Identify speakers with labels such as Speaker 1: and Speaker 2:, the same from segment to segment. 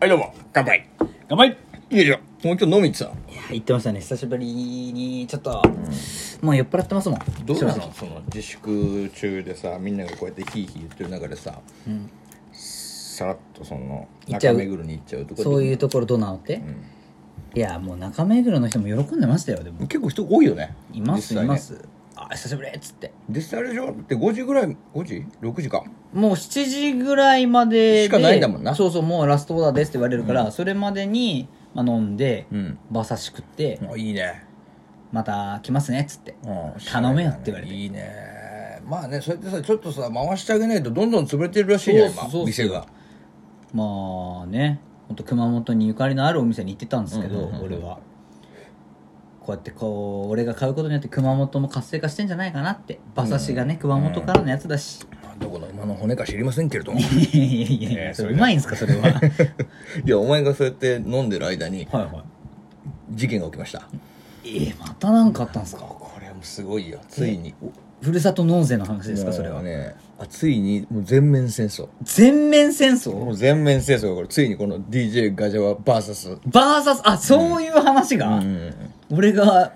Speaker 1: はい、どうも。乾杯。
Speaker 2: 頑張り
Speaker 1: いいじゃん。もう今日飲み行ってた。
Speaker 2: いや言ってましたね久しぶりにちょっと、もう酔っ払ってますもん
Speaker 1: どうな
Speaker 2: 正直
Speaker 1: のその自粛中でさ、みんながこうやってヒーヒー言ってる中でさ、さらっとその、
Speaker 2: 行っち
Speaker 1: 中
Speaker 2: ゃう
Speaker 1: 目黒に行っちゃうとこ
Speaker 2: そういうところどうなのって、いやもう中目黒の人も喜んでましたよでも
Speaker 1: 結構人多いよね。
Speaker 2: います、
Speaker 1: 実際
Speaker 2: い
Speaker 1: ね
Speaker 2: ますあ久しぶりっつって
Speaker 1: 実際あれでしょだって5時ぐらい、5時 ?6 時か。
Speaker 2: もう7時ぐらいまでで
Speaker 1: しかないんだもんな
Speaker 2: そうそうもうラストオーダーですって言われるから、それまでに、まあ、飲んで、
Speaker 1: うん
Speaker 2: 馬刺し食って、
Speaker 1: あいいね。
Speaker 2: また来ますねっつって、
Speaker 1: うん
Speaker 2: 頼めよって言われて
Speaker 1: いいね。まあね、そうやってさ、ちょっとさ、回してあげないとどんどん潰れてるらしいじゃん、
Speaker 2: そ
Speaker 1: 今
Speaker 2: うそうそう、
Speaker 1: 店が。
Speaker 2: まあね本当熊本にゆかりのあるお店に行ってたんですけど、
Speaker 1: うんうんうんうん
Speaker 2: 俺はこうやってこう俺が買うことによって熊本も活性化してんじゃないかなって馬刺しがね、熊本からのやつだし、
Speaker 1: まあどこの馬の骨か知りませんけ れども。
Speaker 2: いやいやいやいやそれうまいんすか それははい
Speaker 1: いや、お前がそうやって飲んでる間に
Speaker 2: は
Speaker 1: 事件が起きました。
Speaker 2: いえー、またなんかあったんすか
Speaker 1: これはもうすごいよ。ついに。
Speaker 2: ふるさと納税の話ですかそれ
Speaker 1: も
Speaker 2: は
Speaker 1: うね。あついに、もう全面戦争。
Speaker 2: 全面戦
Speaker 1: も
Speaker 2: 争
Speaker 1: う全面戦争がこれ、ついにこの DJ ガジャワ VS。
Speaker 2: バーサスあそういう話が、
Speaker 1: うん。
Speaker 2: 俺が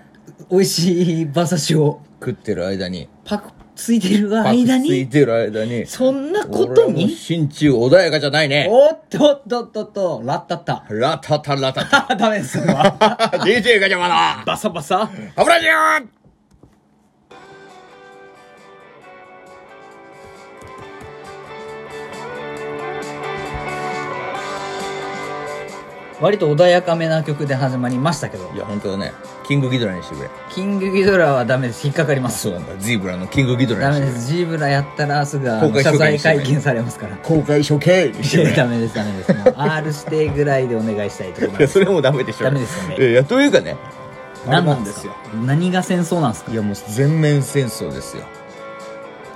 Speaker 2: 美味しい馬刺しを
Speaker 1: 食ってる間に。
Speaker 2: パクついてる間
Speaker 1: パクつい
Speaker 2: に
Speaker 1: てる間に。
Speaker 2: そんなこと
Speaker 1: 俺はもう
Speaker 2: に
Speaker 1: 心中穏やかじゃないね。
Speaker 2: おっとっとっとっと、ラッタッタ。
Speaker 1: ラタタラタ タ。
Speaker 2: あダメです、それは
Speaker 1: DJ ガジャワの
Speaker 2: バサバサ。
Speaker 1: 油じゃん
Speaker 2: 割と穏やかめな曲で始まりましたけど
Speaker 1: い、や、本当だね。キングギドラにしてくれ。
Speaker 2: キングギドラはダメです、引っかかります。
Speaker 1: そうなんだ。ジーブラのキングギドラ
Speaker 2: ダ
Speaker 1: にし
Speaker 2: メ
Speaker 1: て
Speaker 2: で
Speaker 1: くれ。
Speaker 2: す、ジーブラやったらすぐあ
Speaker 1: 公
Speaker 2: の
Speaker 1: 開
Speaker 2: 謝
Speaker 1: 処刑
Speaker 2: 罪
Speaker 1: にして
Speaker 2: 会見されますから。
Speaker 1: 公開処刑にしてく
Speaker 2: い
Speaker 1: れ
Speaker 2: や。ダメです、ダメです。もう R 指定ぐらいでお願いしたいと思い
Speaker 1: いや
Speaker 2: ま
Speaker 1: そ
Speaker 2: す。
Speaker 1: れもダメでしょ
Speaker 2: ダメですよね
Speaker 1: いやいやというかね
Speaker 2: 何なん ですか何が戦争なんですか
Speaker 1: いやもう全面戦争ですよ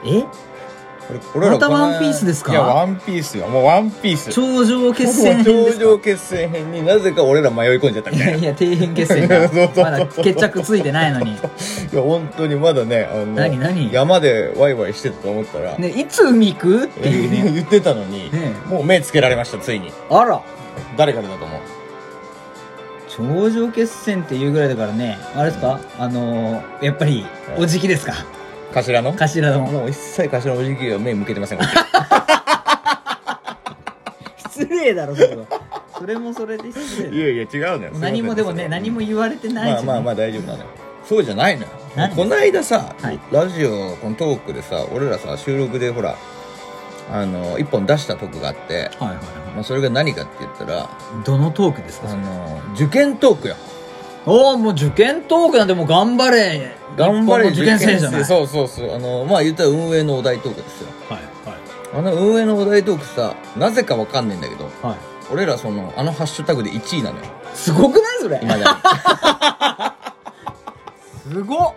Speaker 2: え
Speaker 1: これ俺ら
Speaker 2: また
Speaker 1: この
Speaker 2: ワンピースですか
Speaker 1: いやワンピースよもうワンピース
Speaker 2: 頂上決戦編ですか
Speaker 1: 頂上決戦編になぜか俺ら迷い込んじゃったみ
Speaker 2: い
Speaker 1: たい
Speaker 2: や
Speaker 1: ない
Speaker 2: や、底辺決戦
Speaker 1: いやそうそうそう
Speaker 2: が。まだ決着ついてないのに。
Speaker 1: いや本当にまだねあの
Speaker 2: 何何
Speaker 1: 山でワイワイしてたと思ったら、
Speaker 2: ね、いつ海行くっていう ね。
Speaker 1: 言ってたのに、
Speaker 2: ね
Speaker 1: もう目つけられましたついに
Speaker 2: あら。
Speaker 1: 誰からだと思う
Speaker 2: 頂上決戦っていうぐらいだからねあれですか、あのー、やっぱりおじきですか
Speaker 1: 頭の
Speaker 2: 頭の
Speaker 1: もう一切頭のおじきは目向けてませんから
Speaker 2: 失礼だろそれは それもそれで失
Speaker 1: い
Speaker 2: 礼だ
Speaker 1: やいや違うのよ
Speaker 2: 何もでもね何も言われてない
Speaker 1: まあ
Speaker 2: じゃん
Speaker 1: まあまあ大丈夫なのよそうじゃないのよ
Speaker 2: 何
Speaker 1: この間さ、
Speaker 2: はい
Speaker 1: ラジオこのトークでさ俺らさ収録でほらあの一本出したトークがあって、
Speaker 2: はいはいは
Speaker 1: まあ、それが何かって言ったら
Speaker 2: いどのトークです
Speaker 1: あ
Speaker 2: か
Speaker 1: の受験トークよ
Speaker 2: おおもう受験トークなんてもう頑張れ
Speaker 1: 頑張れ
Speaker 2: 一本の受験生じゃない
Speaker 1: そうそうそうあのまあ言ったら運営のお題トークですよ
Speaker 2: はいはい
Speaker 1: あの運営のお題トークさなぜかわかんねえんだけど
Speaker 2: はい
Speaker 1: 俺らそのあのハッシュタグで1位なのよ
Speaker 2: すごくないそれ
Speaker 1: 今だ
Speaker 2: すご っ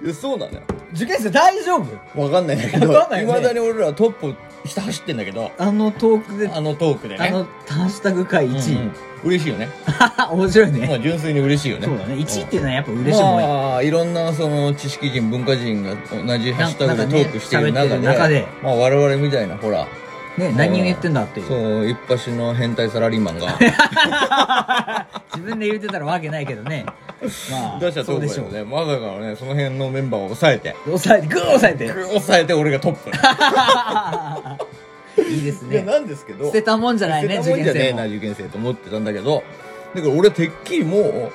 Speaker 1: にいやそうなのよ
Speaker 2: 受験生大丈夫
Speaker 1: わかんないんだけど
Speaker 2: わかんないよね
Speaker 1: まだに俺らトップ下走ってんだけど
Speaker 2: あのトークであ
Speaker 1: あのトークでね
Speaker 2: のハッシュタグ会1位、
Speaker 1: うんうん嬉しいよね
Speaker 2: 面白いね、
Speaker 1: まあ純粋に嬉しいよね
Speaker 2: そうだね1位っていうのはやっぱ
Speaker 1: うん
Speaker 2: 嬉しいもんよ
Speaker 1: まあいろんなその知識人文化人が同じハッシュタグ
Speaker 2: なんかね
Speaker 1: でトークしている中
Speaker 2: 喋
Speaker 1: で,、
Speaker 2: ってる中で
Speaker 1: まあ我々みたいなほら
Speaker 2: ね、何を言ってんだっていう
Speaker 1: そう一発の変態サラリーマン が
Speaker 2: 自分で言ってたらわけないけどねまあ
Speaker 1: 出した
Speaker 2: そ
Speaker 1: ト
Speaker 2: う
Speaker 1: ー
Speaker 2: で
Speaker 1: ク
Speaker 2: し
Speaker 1: だ
Speaker 2: ょ
Speaker 1: よ
Speaker 2: う
Speaker 1: ねまさかのねその辺のメンバーを抑えて
Speaker 2: 抑えてグー抑えて
Speaker 1: 抑えて俺がトップ
Speaker 2: いいです
Speaker 1: いや
Speaker 2: ね
Speaker 1: なんですけど
Speaker 2: 捨てたもんじゃないね
Speaker 1: 捨てた
Speaker 2: 受
Speaker 1: もん
Speaker 2: 験
Speaker 1: じゃね
Speaker 2: 生
Speaker 1: えな
Speaker 2: も
Speaker 1: 受験生と思ってたんだけどだから俺てっきりもう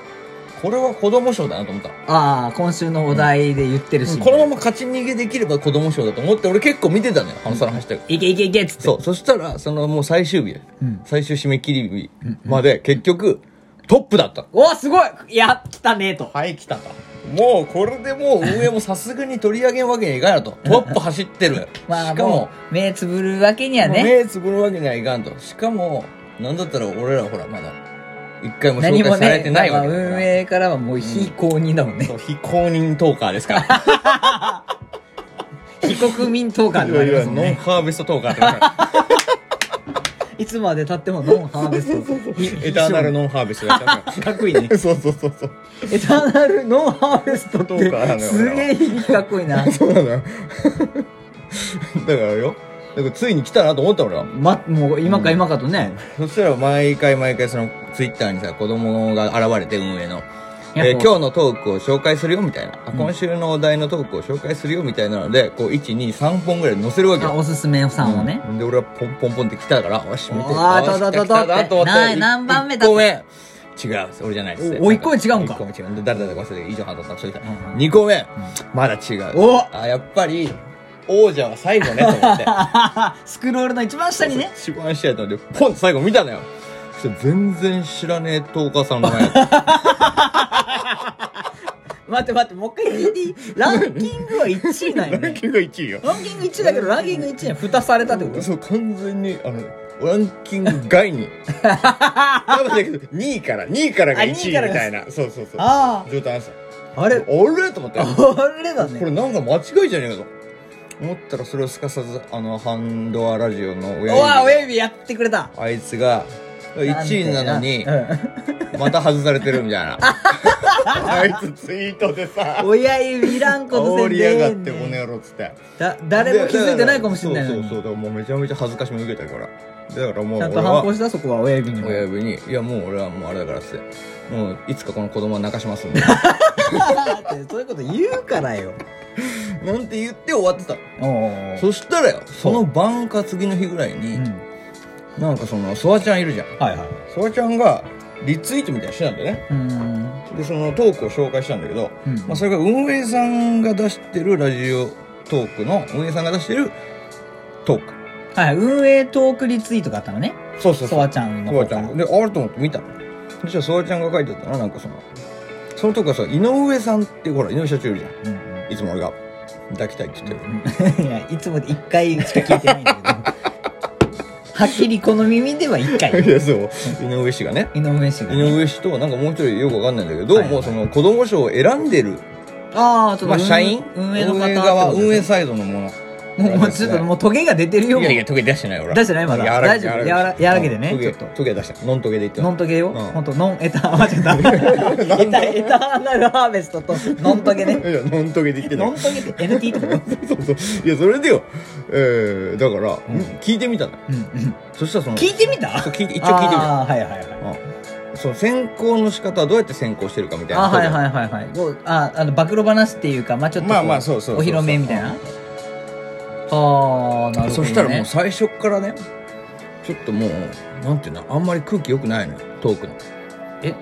Speaker 1: これは子供賞だなと思った
Speaker 2: ああ今週のお題で言ってるし、
Speaker 1: このまま勝ち逃げできれば子供賞だと思って俺結構見てたのよあのそのハッシュタグ
Speaker 2: いけいけいけっつって
Speaker 1: そうそしたらそのもう最終日、
Speaker 2: うん
Speaker 1: 最終締め切り日まで結局トップだった
Speaker 2: おおすごいやったねと
Speaker 1: はい来たともうこれでもう運営もさすがに取り上げんわけにはいかんな とトップ走ってる
Speaker 2: まあ
Speaker 1: しかも
Speaker 2: もう目つぶるわけには
Speaker 1: もう
Speaker 2: ね
Speaker 1: 目つぶるわけにはいかんとしかもなんだったら俺らほらまだ一回も
Speaker 2: 何
Speaker 1: 紹
Speaker 2: も
Speaker 1: 介され
Speaker 2: ね
Speaker 1: てないわけだから、
Speaker 2: まあ運営からはもう非公認だも んね、
Speaker 1: そう非公認トーカーですから。
Speaker 2: 非国民党感
Speaker 1: い
Speaker 2: であ
Speaker 1: わ
Speaker 2: り
Speaker 1: ゆ
Speaker 2: ま
Speaker 1: る
Speaker 2: すもん
Speaker 1: ノン
Speaker 2: ね
Speaker 1: ハーベストトーカーってこと だ
Speaker 2: いつまでたってもノンハーベスト
Speaker 1: エターナルノンハーベストだから
Speaker 2: かっこいいね
Speaker 1: そうそうそうそう。
Speaker 2: エターナルノンハーベストっ
Speaker 1: そうかな
Speaker 2: てすげえかっこいいな
Speaker 1: そうなのよ だからよからついに来たなと思った俺は
Speaker 2: ま、もう今か今かとね、
Speaker 1: そしたら毎回毎回そのツイッターにさ子供が現れて運営の、
Speaker 2: いや
Speaker 1: えー
Speaker 2: こう
Speaker 1: 今日のトークを紹介するよみたいな、あ今週のお題のトークを紹介するよみたいなのでこう123本ぐらい載せるわけ
Speaker 2: あ
Speaker 1: よ
Speaker 2: おすすめさんをね、
Speaker 1: で俺はポンポンポンって来たからよし見て
Speaker 2: おー
Speaker 1: よし
Speaker 2: とととと
Speaker 1: 来た来たと思って
Speaker 2: ない何番目だ
Speaker 1: 一個目違う俺じゃないです
Speaker 2: おお一個目違うんか
Speaker 1: 一個目違うで誰だか忘れて以上判断したそれた
Speaker 2: んうん
Speaker 1: 2個目、まだ違う
Speaker 2: お
Speaker 1: あやっぱり王者は最後ねと思 って
Speaker 2: スクロールの一番下にね
Speaker 1: 一番下やったのでポンって最後見たのよそしたら全然知らねえトーカーさんの名前 やった
Speaker 2: 待って待ってもう一回聞いていいランキングは1位なんよ
Speaker 1: ラン
Speaker 2: ね
Speaker 1: キングが1位よ
Speaker 2: ランキング1位だけどランキング1位に蓋されたってこと
Speaker 1: そう完全にあのランキング外 に多分だけど2位から2位からが1位み
Speaker 2: あ二位か
Speaker 1: たい
Speaker 2: ら
Speaker 1: なそうそうそう
Speaker 2: あ
Speaker 1: 状態なんですよ
Speaker 2: ああれ
Speaker 1: あれと思って
Speaker 2: あれだ
Speaker 1: こ
Speaker 2: ね
Speaker 1: れなんか間違いじゃねえかと思ったらそれをすかさずあのハンドアラジオの
Speaker 2: お
Speaker 1: 親
Speaker 2: わ
Speaker 1: 指
Speaker 2: 親指やってくれた
Speaker 1: あいつが1位なのに
Speaker 2: うん
Speaker 1: また外されてるみたい なあいつツイートでさ
Speaker 2: 親指いらんこと
Speaker 1: 煽
Speaker 2: せん
Speaker 1: り
Speaker 2: で
Speaker 1: や
Speaker 2: え
Speaker 1: が
Speaker 2: え
Speaker 1: っ
Speaker 2: ねん
Speaker 1: てこの野郎っつって
Speaker 2: だ誰も気づいてないかもしれないの
Speaker 1: そ
Speaker 2: に
Speaker 1: うそうそうだからもうめちゃめちゃ恥ずかしみ受けたからだからもう
Speaker 2: ちゃ
Speaker 1: 俺
Speaker 2: んと反抗
Speaker 1: は
Speaker 2: したそこは親指にも
Speaker 1: 親指に「いやもう俺はもうあれだから」っつって「もういつかこの子供は泣かしますん で」
Speaker 2: だ ってそういうこと言うからよ
Speaker 1: なんて言って終わってた
Speaker 2: おお
Speaker 1: そしたらよその晩か次の日ぐらいに、なんかそのソワちゃんいるじゃん
Speaker 2: はいはい
Speaker 1: ソワちゃんがリツイートみたいにしてたんだよね
Speaker 2: うん
Speaker 1: でそのトークを紹介したんだけど、
Speaker 2: うん
Speaker 1: まあ、それが運営さんが出してるラジオトークの運営さんが出してるトーク
Speaker 2: はい運営トークリツイートがあったのね
Speaker 1: そうそうそう
Speaker 2: ソワちゃんの
Speaker 1: ソワ
Speaker 2: 方
Speaker 1: ち
Speaker 2: か
Speaker 1: ゃ
Speaker 2: ら
Speaker 1: んがであれと思って見たのそしたらソワちゃんが書いてたらなんかそのその時はさ井上さんってほら井上社長いるじゃ
Speaker 2: うんうん
Speaker 1: んいつも俺が抱きたいって言ってる
Speaker 2: いやいつもで1回しか聞いてないんだけど はっきりこの耳では1回
Speaker 1: いやそう井上氏がね
Speaker 2: 井上氏が
Speaker 1: 井上氏となんかもう一人よくわかんないんだけど、
Speaker 2: はいはい
Speaker 1: もうその子供賞を選んでる、
Speaker 2: ああちょっと運、
Speaker 1: まあ、社員
Speaker 2: 運営の方ってこと
Speaker 1: 側
Speaker 2: ですね
Speaker 1: 運営サイドのもの
Speaker 2: もうもうちょっともうトゲが出てるよ
Speaker 1: いやいやトゲ出してない俺
Speaker 2: 出してないまだ
Speaker 1: やわら
Speaker 2: 大丈夫やわらやわらげでね
Speaker 1: トゲ
Speaker 2: ちょっと
Speaker 1: トゲ出したノントゲで言って
Speaker 2: ノントゲよ、
Speaker 1: うん
Speaker 2: ほんとノンエタ間違えたエタエターナルハーベストとノントゲね
Speaker 1: いや ノントゲで言ってた
Speaker 2: ノントゲって NT ってこと
Speaker 1: そうそういやそれでよえー、だから、聞いてみたの
Speaker 2: うんうん
Speaker 1: そしたらその
Speaker 2: 聞いてみた
Speaker 1: そう聞いて一応聞いてみた
Speaker 2: ああはいはいはい
Speaker 1: うんその選考の仕方はどうやって選考してるかみたいな
Speaker 2: あはいはいはいはいこうああの暴露話っていうかまあちょっとこ
Speaker 1: まあまあそうそう
Speaker 2: お披露目みたいなはあなるほど、ね、
Speaker 1: そしたらもう最初っからねちょっともうなんていうのあんまり空気良くないのよトークの
Speaker 2: え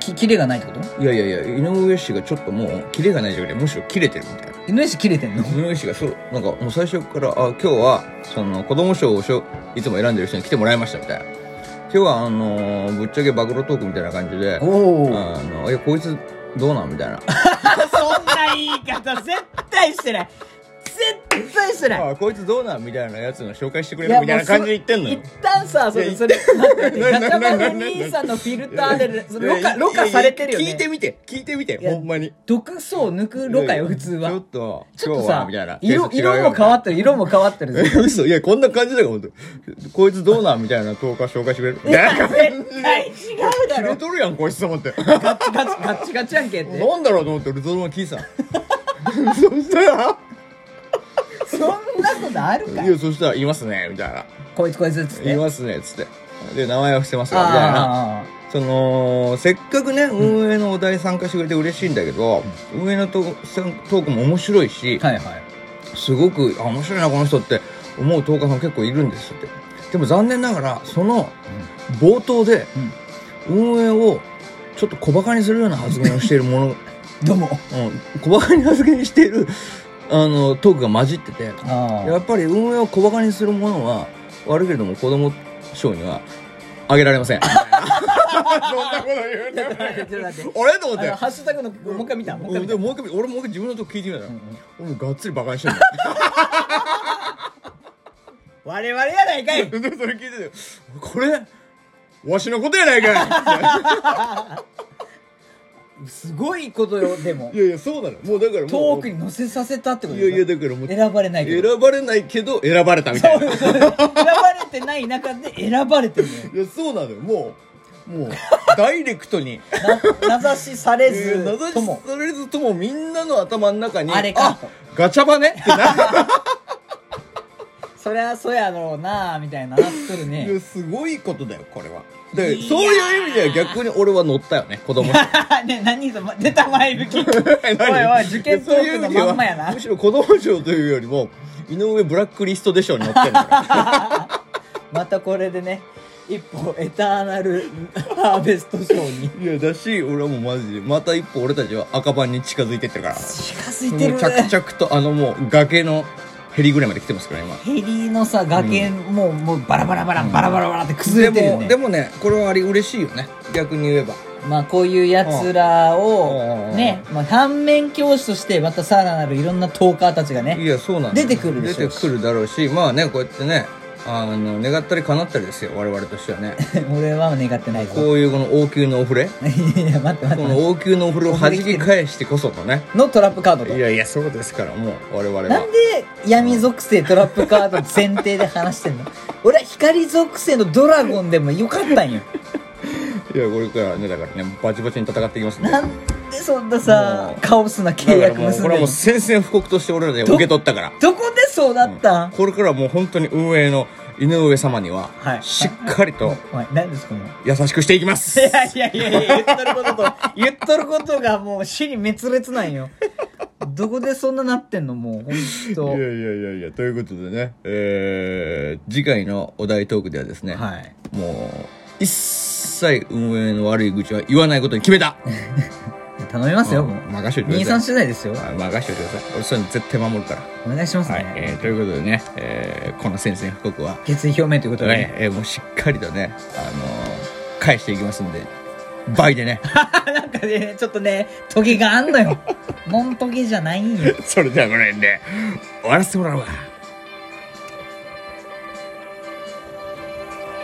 Speaker 2: きキレがないってこと
Speaker 1: いやいやいや井上氏がちょっともうキレがない状態でむしろキレてるみたいな
Speaker 2: NS 切れてんの
Speaker 1: 井上氏がそうなんかもう最初からあ今日はその子供賞をしょいつも選んでる人に来てもらいましたみたいな今日はあのーぶっちゃけ暴露トークみたいな感じで
Speaker 2: お
Speaker 1: あのいやこいつどうなんみたいな
Speaker 2: そんな言い方絶対してない絶対してない
Speaker 1: あこいつどうなんみたいなやつの紹介してくれ
Speaker 2: いや
Speaker 1: るみたいな感じで言ってんのよ
Speaker 2: もうそ一旦さそ
Speaker 1: い
Speaker 2: れ
Speaker 1: や
Speaker 2: それ待って
Speaker 1: なな
Speaker 2: ガチャ
Speaker 1: な
Speaker 2: バ
Speaker 1: な
Speaker 2: の兄さんのフィルターでそれろ過
Speaker 1: いやいや
Speaker 2: ろ過されてるよね
Speaker 1: 聞いてみて聞いてみて
Speaker 2: いや
Speaker 1: ほんまに
Speaker 2: 毒素を抜くろ過よ普通
Speaker 1: ちょ
Speaker 2: は
Speaker 1: っと
Speaker 2: ちょ
Speaker 1: 今
Speaker 2: っ
Speaker 1: 日
Speaker 2: と
Speaker 1: は
Speaker 2: さ
Speaker 1: みたいな
Speaker 2: 色色も変わってる色も変わってる
Speaker 1: え 嘘いやこんな感じだよ本当こいつどうなんみたいな10日紹介してくれる
Speaker 2: いや
Speaker 1: なんか
Speaker 2: 絶対違う だ
Speaker 1: 切れ
Speaker 2: ろ
Speaker 1: とるやんこいつと思って
Speaker 2: ガチガチガチガチやんけって
Speaker 1: なんだろうと思って俺そのまま聞いて たそしたら
Speaker 2: そんなことあるか
Speaker 1: いやそしたら「いますね」みたいな
Speaker 2: こいつこいつっつ
Speaker 1: 「
Speaker 2: って
Speaker 1: い
Speaker 2: あ
Speaker 1: ますね」っつってで名前は伏せますよみたいな
Speaker 2: あ
Speaker 1: そのせっかくね運営のお題参加してくれて嬉しいんだけど、運営のトートークも面白いし、
Speaker 2: はいはい
Speaker 1: すごくあ面白いなこの人って思うトーカーさん結構いるんですってでも残念ながらその冒頭で運営をちょっと小バカにするような発言をしているもの、うん、
Speaker 2: どうも
Speaker 1: 小バカに発言しているあのトークが混じってて
Speaker 2: あ
Speaker 1: やっぱり運営を小バカにするものは悪いけれども子供賞にはあげられません そんなこと言う
Speaker 2: あ待ってちょっと待って
Speaker 1: あれと思っ
Speaker 2: あ
Speaker 1: て
Speaker 2: のハッシュタグのもう一回見たもう一
Speaker 1: う
Speaker 2: 回
Speaker 1: ん
Speaker 2: 見
Speaker 1: で
Speaker 2: た
Speaker 1: ももう一回俺もう一回自分のとこ聞いてみたら、俺もがっつりバカにしてる
Speaker 2: 我々やないか い
Speaker 1: でそれ聞いててこれわしのことやないか
Speaker 2: すごいことよでも
Speaker 1: いいやいやそうなのもうだからもう
Speaker 2: トークに載せさせたってこと
Speaker 1: い
Speaker 2: で
Speaker 1: や
Speaker 2: しょ
Speaker 1: いやだからもう
Speaker 2: 選ばれないけど
Speaker 1: 選ばれないけど選ばれたみたいな
Speaker 2: そうそう選ばれてない中で選ばれてるのよ
Speaker 1: いやそうなのよもう もうダイレクトに
Speaker 2: な名指しされず
Speaker 1: 名指
Speaker 2: と
Speaker 1: し
Speaker 2: も
Speaker 1: されずともみんなの頭の中に
Speaker 2: あれか
Speaker 1: ガチャバネってな
Speaker 2: そりゃそうやろうなみたいななっとるね
Speaker 1: いやすごいことだよこれはだから
Speaker 2: いやー
Speaker 1: そういう意味では逆に俺は乗ったよね子供
Speaker 2: ね何その出た前向き おいおい受験ト
Speaker 1: そう
Speaker 2: ー
Speaker 1: いう意
Speaker 2: クの
Speaker 1: 味で
Speaker 2: ま
Speaker 1: は
Speaker 2: んまやな
Speaker 1: むしろ子供賞というよりも井上ブラックリストで賞に乗ってる から
Speaker 2: またこれでね一歩エターナルハーベストショーに
Speaker 1: いやだし俺はもうマジでまた一歩俺たちは赤番に近づいてってるから
Speaker 2: 近づいて
Speaker 1: も
Speaker 2: る
Speaker 1: う
Speaker 2: ね
Speaker 1: 着々とあのもう崖のヘリぐらいまで来てますから今
Speaker 2: ヘリのさ崖、もうもうバラバラバラバラバラバラって崩
Speaker 1: で
Speaker 2: れてるよ
Speaker 1: も
Speaker 2: ね
Speaker 1: でもねこれはあり嬉しいよね逆に言えば
Speaker 2: まあこういうやつら
Speaker 1: うんう
Speaker 2: を
Speaker 1: ん
Speaker 2: ね、まあ、反面教師としてまたさらなるいろんなトーカーたちが
Speaker 1: い
Speaker 2: ね
Speaker 1: やそうなんだよ
Speaker 2: 出てくるでしょう
Speaker 1: 出
Speaker 2: して
Speaker 1: くるだろうしまあねこうやってねあの願ったり叶ったりですよ我々としてはね
Speaker 2: 俺は願ってないぞ
Speaker 1: こういうこの王宮のお触れ
Speaker 2: い やいや待って
Speaker 1: こ
Speaker 2: 待って
Speaker 1: の王宮のお触れを弾き返してこそとね
Speaker 2: のトラップカード
Speaker 1: い
Speaker 2: と
Speaker 1: やいやそうですからもう我々
Speaker 2: なん
Speaker 1: は
Speaker 2: で闇属性トラップカード前提で話してんの 俺は光属性のドラゴンでもよかったん よ
Speaker 1: いやこれからねだからねバチバチに戦っていきますね
Speaker 2: なんでそんなさ
Speaker 1: もう
Speaker 2: カオスな契
Speaker 1: だから
Speaker 2: 約
Speaker 1: もう
Speaker 2: 結
Speaker 1: こ
Speaker 2: ん
Speaker 1: れは
Speaker 2: でん
Speaker 1: も
Speaker 2: の
Speaker 1: う宣戦布告として俺らで受け取ったから
Speaker 2: どこでそうなったん、
Speaker 1: これからはもう本当に運営の井上様には
Speaker 2: はい
Speaker 1: しっかりと
Speaker 2: おい何ですかもう
Speaker 1: 優しくしていきま
Speaker 2: い
Speaker 1: す
Speaker 2: やいやいやいや言っとることと言っとることがもう死に滅裂なんよどこでそんななってんのもうほんと
Speaker 1: いやいやいやいやということでね、えー、次回のお題トークではですね、
Speaker 2: はい
Speaker 1: もう一切運営の悪い愚痴は言わないことに決め た
Speaker 2: 頼みますよもう
Speaker 1: 任しといてくだ
Speaker 2: 23
Speaker 1: さ
Speaker 2: 次第ですよ
Speaker 1: い任しといてください俺そういうの絶対守るから、
Speaker 2: お願いしますね、
Speaker 1: はいえー、ということでね、えー、この宣戦布告は、
Speaker 2: 決意表明ということで、
Speaker 1: えーえーもうしっかりとね、あのー返していきますんで倍 でね
Speaker 2: なんかねちょっとねトゲがあんのよモントゲじゃないんよ
Speaker 1: それじゃあこの辺で終わらせてもらうわ